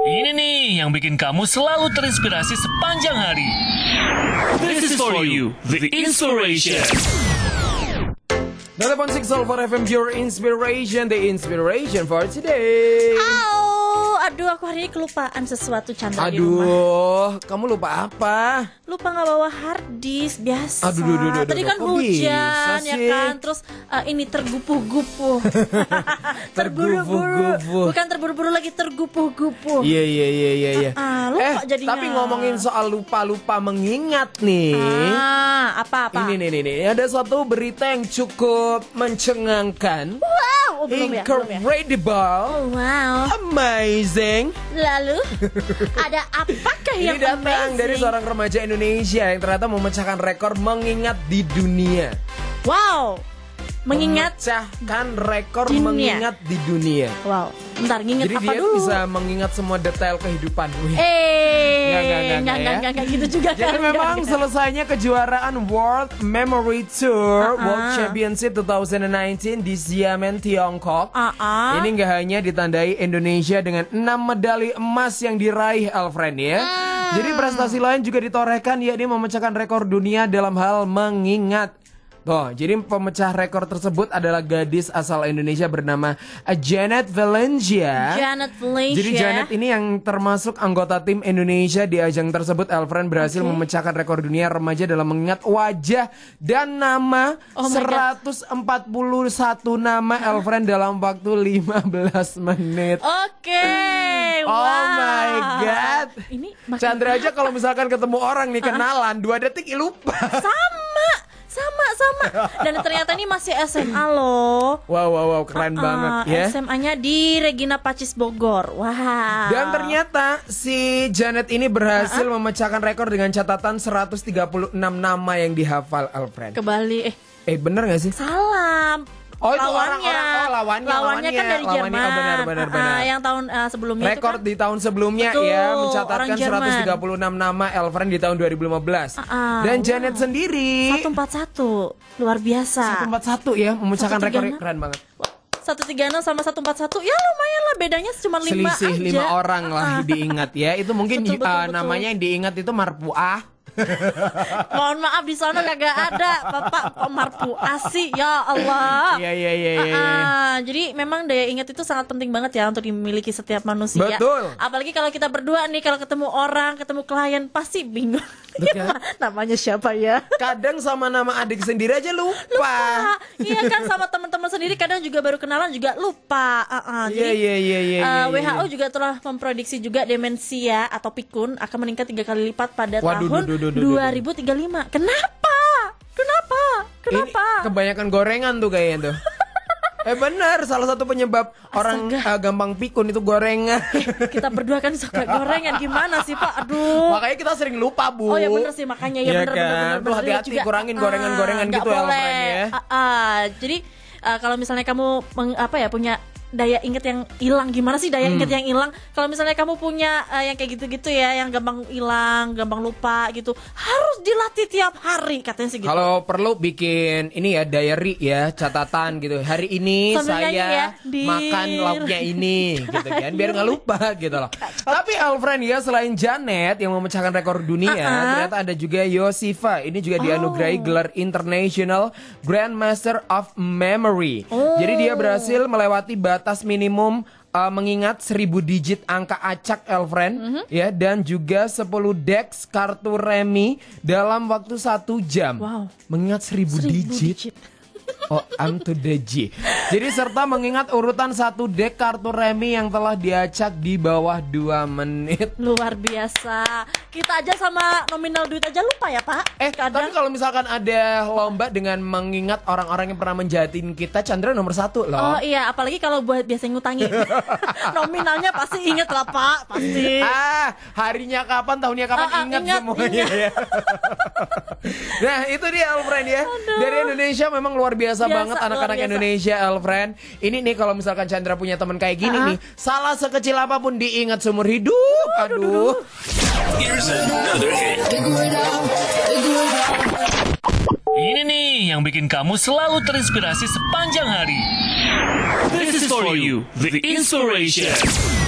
Ini nih yang bikin kamu selalu terinspirasi sepanjang hari. This is for you, the inspiration. Telepon 604 FM Your Inspiration The Inspiration for today Halo, aduh aku hari ini kelupaan sesuatu Chandra di rumah. Aduh, kamu lupa apa? Lupa nggak bawa hard disk biasa. Aduh, duh, duh, duh, Tadi duh, kan kok hujan bisa ya sih? kan, terus eh, ini tergupuh-gupuh. terburu-buru, Tergupuh-gupuh. bukan terburu-buru lagi tergupuh-gupuh. Iya, iya, iya, iya, iya Ah, lupa Eh, jadinya. tapi ngomongin soal lupa-lupa mengingat nih Ah, apa-apa? Ini nih, nih, nih Ada suatu berita yang cukup mencengangkan Wow, oh, belum ya, belum ya. Incredible Wow, Amazing lalu ada apakah Ini yang datang Iya, amazing? dari seorang remaja Indonesia Yang ternyata memecahkan rekor mengingat di dunia Wow, Oh. mengingat. Memecahkan rekor Dunia. mengingat di dunia Wow, bentar nginget Jadi apa dia dulu? bisa mengingat semua detail kehidupan. Wih. Nggak, Eh, nggak, nggak, nggak, nggak, nggak, nggak gitu juga Jadi kan? memang Nggak, nggak. selesainya kejuaraan World Memory Tour Ah-ah. World Championship 2019 di Xiamen, Tiongkok. Ah, Ah-ah. Ini nggak hanya ditandai Indonesia dengan 6 medali emas yang diraih Alfred ya. Hmm. Jadi prestasi lain juga ditorehkan yakni memecahkan rekor dunia dalam hal mengingat. Tuh, jadi pemecah rekor tersebut adalah gadis asal Indonesia bernama Janet Valencia. Janet ya. Valencia. ya. Jadi Janet ini yang termasuk anggota tim Indonesia di ajang tersebut Elfriend berhasil memecahkan rekor dunia remaja dalam mengingat wajah dan nama Oh my 141 nama Elfriend dalam waktu 15 menit. Oke. Oh wow. my god. Ini makin Chandra aja kalau misalkan ketemu orang nih kenalan dua detik ih, lupa. sama, sama, sama. Dan ternyata ini masih SMA loh. Uh, Wow wow wow keren Uh-uh, banget ya. SMA-nya di Regina Pacis Bogor. Wah. Dan ternyata si Janet ini berhasil Uh-huh. memecahkan rekor dengan catatan 136 nama yang dihafal Alfred. ke Bali eh Eh bener gak sih? salam. Oh, itu lawannya. orang-orang- oh, lawannya, lawannya kan lawannya, dari lawannya. Jerman. Oh, benar, benar, Ah, benar. yang tahun eh, sebelumnya itu Rekor kan- di tahun sebelumnya Betul, ya orang mencatatkan Jerman. 136 nama Elfren di tahun 2015. Ah, Dan wow. Janet sendiri 141 luar biasa 141 ya memecahkan rekor 136. keren banget. 136 sama 141 ya lumayan lah bedanya cuma 5 Selisih aja Ah, lima orang lah diingat ya. Itu mungkin Betul, betul, eh, betul. namanya yang diingat itu Marpuah. Ah, mohon maaf di sana kagak ada bapak kok marpuasi ya Allah Iya iya iya iya. iya. Ah, jadi memang daya ingat itu sangat penting banget ya untuk dimiliki setiap manusia. Betul. Apalagi kalau kita berdua nih kalau ketemu orang, ketemu klien pasti bingung. Ya, Betul. Namanya siapa ya? Kadang sama nama adik sendiri aja lupa. Ah, iya kan sama teman-teman sendiri kadang juga baru kenalan juga lupa. Ah, ah. Iya Jadi, iya iya iya. eh, iya, iya. WHO juga telah memprediksi juga demensia atau pikun akan meningkat tiga kali lipat pada Waduh, tahun duh, duh, duh, duh, duh. 2035. Kenapa? Kenapa? Ini Kenapa? kebanyakan gorengan tuh kayaknya tuh. eh benar, salah satu penyebab orang eh, gampang pikun itu gorengan. Kita berdua kan suka gorengan gimana sih Pak? Aduh. makanya kita sering lupa, Bu. Oh ya bener sih makanya ya Iya bener kan? bener bener, Tuh bener. hati-hati, Juga, kurangin ah, gorengan-gorengan nggak gitu ya, boleh. Alfred, ya. Ah, ah. jadi ah, kalau misalnya kamu meng- apa ya punya daya ingat yang hilang gimana sih Hmm. daya ingat yang hilang kalau misalnya kamu punya eh, yang kayak gitu-gitu ya yang gampang hilang gampang lupa gitu harus dilatih tiap hari katanya sih gitu Kalau perlu bikin ini ya diary ya, catatan gitu. Hari ini Sambil nyanyi saya ya, "Dir." makan lauknya ini gitu kan biar nggak lupa gitu loh. Tapi Alfred ya selain Janet yang memecahkan rekor dunia, Uh-uh. ternyata ada juga Yosifa. Ini juga dianugerahi Oh. gelar International Grandmaster of Memory. Oh. Jadi dia berhasil melewati batas minimum uh, mengingat 1000 digit angka acak Elfriend Mhm. ya dan juga 10 dex kartu remi dalam waktu satu jam. Wow. Mengingat 1000 Seribu digit. Oh, I'm to the G. Jadi serta mengingat urutan satu dek kartu remi yang telah diacak di bawah 2 menit. luar biasa kita aja sama nominal duit aja lupa ya Pak Eh, tapi kalau misalkan ada lomba dengan mengingat orang-orang yang pernah menjahatin kita, Chandra nomor satu Oh loh. iya, apalagi kalau buat biasa ngutangi. Nominalnya pasti inget lah Pak, pasti. Ah, harinya kapan, tahunnya kapan, Ah, ah, ingat, ingat, semuanya ya. nah, itu dia Elfriend ya. Dari Indonesia memang luar biasa, Biasa, banget anak-anak luar biasa. Indonesia Elfriend. Ini nih kalau misalkan Chandra punya teman kayak gini Ah, nih, salah sekecil apapun diingat seumur hidup. Aduh. Here's another hit. Ini nih yang bikin kamu selalu terinspirasi sepanjang hari. This is for for you, the inspiration.